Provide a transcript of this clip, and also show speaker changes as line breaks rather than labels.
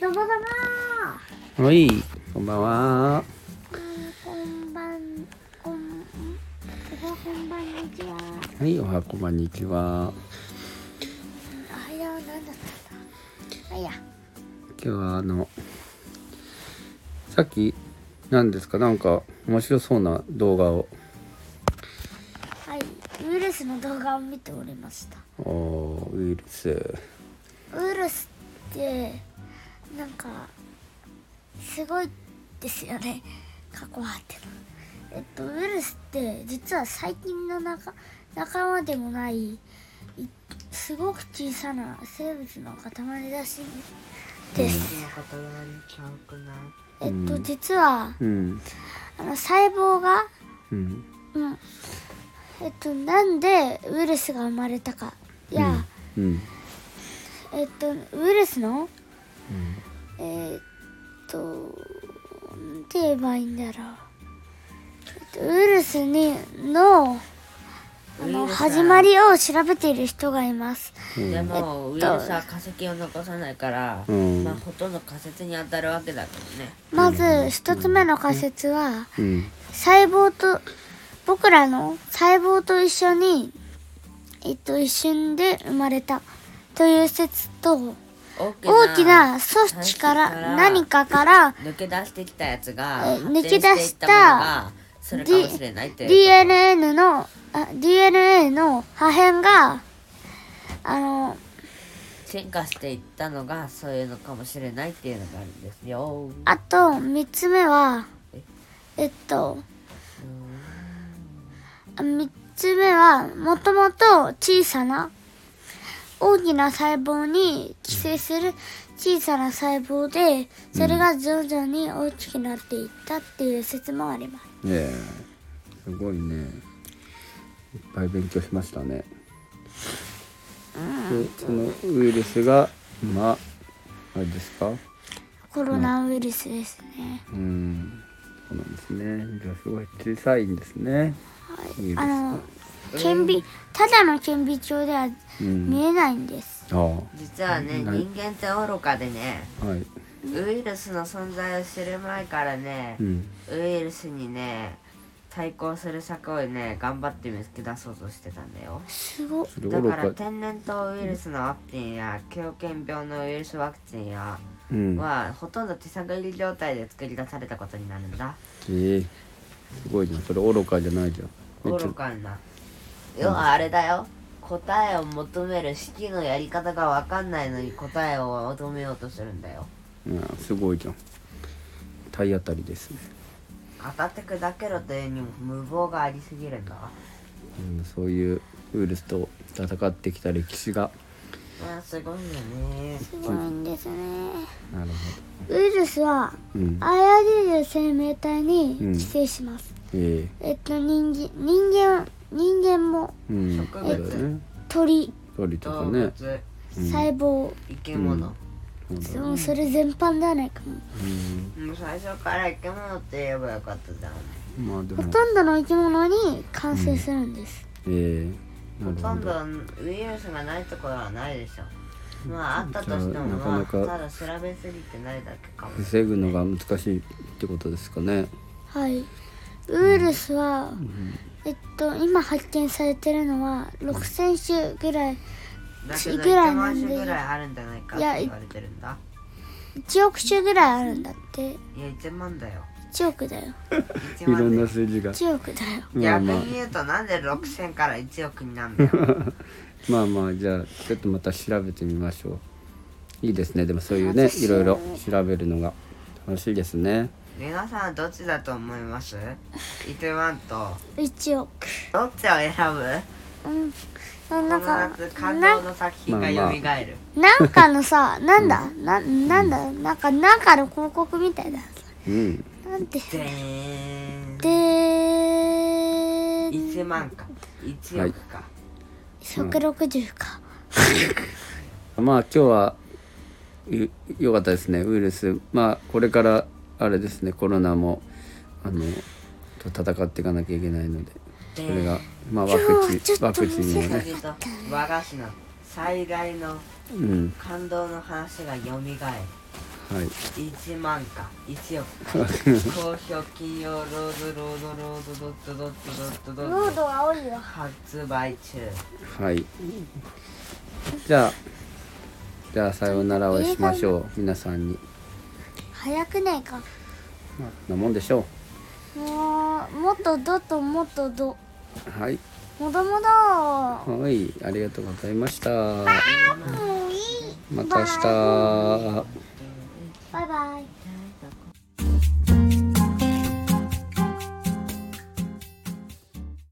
どうもどうも
はい、こんばんは。
こんばんこんここんばんにちは
はい、おはこんにちは。
あいやなんだったんだあいや
今日はあの、さっき、何ですか、なんか面白そうな動画を、
はいウイルスの動画を見ておりました
おーウイルス。
ウイルスってなんかすごいですよね過去はってのえっとウイルスって実は細菌の仲仲間でもないいすごく小さな生物の塊らしいです、
方がちゃうくない
えっと実は
うん、
あの細胞が、
うん、
うんえっと、なんでウイルスが生まれたかや、
うん、
えっと、ウイルスの、えっと、なんて言えばいいんだろう。えっと、ウイルスにの、あ
ウイ
の、
ルス
始まりを調べている人がいます。
でもウイルスは化石を残さないから、
うん
まあほとんど仮説に当たるわけだけどね
まず、一つ目の仮説は、
うん、
細胞と、僕らの細胞と一緒に、えっと、一瞬で生まれたという説と、大きな組織から、何かから、
抜け出してきたやつが
え抜け出した
発展していったものがそれかもしれないっていう
DNN のあ DNA の破片があの
進化していったのがそういうのかもしれないっていうのがあるんですよ
あと3つ目はえっと3つ目はもともと小さな大きな細胞に寄生する小さな細胞でそれが徐々に大きくなっていったっていう説もあります。
ねえ、すごいね。いっぱい勉強しましたね。で、そのウイルスが、まあ、あれですか
コロナウイルスですね。
うん、そうなんですね。じゃあすごい小さいんですね。いいです
あの
ね
顕微ただの顕微鏡では
うん
見えないんです。
ああ
実はね
はい
人間って愚かでね
はい。
ウイルスの存在を知る前からね、
うん。
ウイルスにね対抗する策をね頑張って見つけ出そうとしてたんだよ
すごっ
それ
だ
愚
から
か。
天然痘ウイルスのワクチンや狂犬病のウイルスワクチンや
うん。え
はほとんど手探り状態で作り出されたことになるんだ
えすごいじゃん。それ愚かじゃないじゃん。めっちゃ
愚かな要はあれだよ答えを求める式のやり方が分かんないのに答えを求めようとするんだよ
うん、すごいじゃん。体当たりですね。
当たって砕けろというにも無謀がありすぎるんだわ
うん、そういうウイルスと戦ってきた歴史が。
あーすごいよね
すごいんですね。
なる
ウイルスは
ほど。うん。
IRD で生命体に
うん
寄生します。
え
えっと人間人間人間も
えうん。
植
そ
物
うだよね。
鳥
鳥と
動
か
物
ね。
細胞、
生き物、
そうだよ
もうそれ全般ではないかも。
うん。
もう最初から生き物って言えばよかったじゃん
まあで
ほ
も。
とんどの生き物に感染するんです。
ええ
ほ
なる
とん
ほど。
どウイルスがないところはないでしょまああったとしても
なか
ま
な
あ
か
ただ調べすぎてないだけかも
防ぐのが難しいってことですかね。
はい。ウイルスは、えっと今発見されてるのは6000種ぐらい
だけ
い
ど
くら
1
なん
万
で
種ぐらいあるんじゃないかって言われてるんだ
1億種ぐらいあるんだって。
いや1万だよ
1億だよ。
い
1
ろ
万
ん
だ
な
よ
数字が。
1億だよ。
まあ
逆
まあ
に。言うとなんで6000から1億になるんだ よ
まあまあじゃあちょっとまた調べてみましょういいですねでもそういうねいろいろ調べるのが楽しいですね
皆さんはどっちだと思います ?1 万と
1億。
どっちを選ぶ
うん、
こ
な
の
んか
夏感動
な
の作品
ま
が
あ
蘇
まあ
る、
なんかのさなんだななんだなんかなんかの広告みたいだ
うん
なんて
でーん
でー
1万か1億か、
160か
まあ今日はい良かったですねウイルスまあこれからあれですねコロナもあのと戦っていかなきゃいけないのでそれがまあワクチンワクチンも
それ
ね
と和菓子の最大の
うん
感動の話が蘇る
はい
1万か1億公表金曜ロードロードロードドットドットドットド
濃
ット
度青いわ
発売中
はいじゃあじゃあさようならをしましょう皆さんに
早くないか
まあこんなもんでしょ
もうもっとどともっとど
うはい
もどもど
はいありがとうございました
もういい
また明日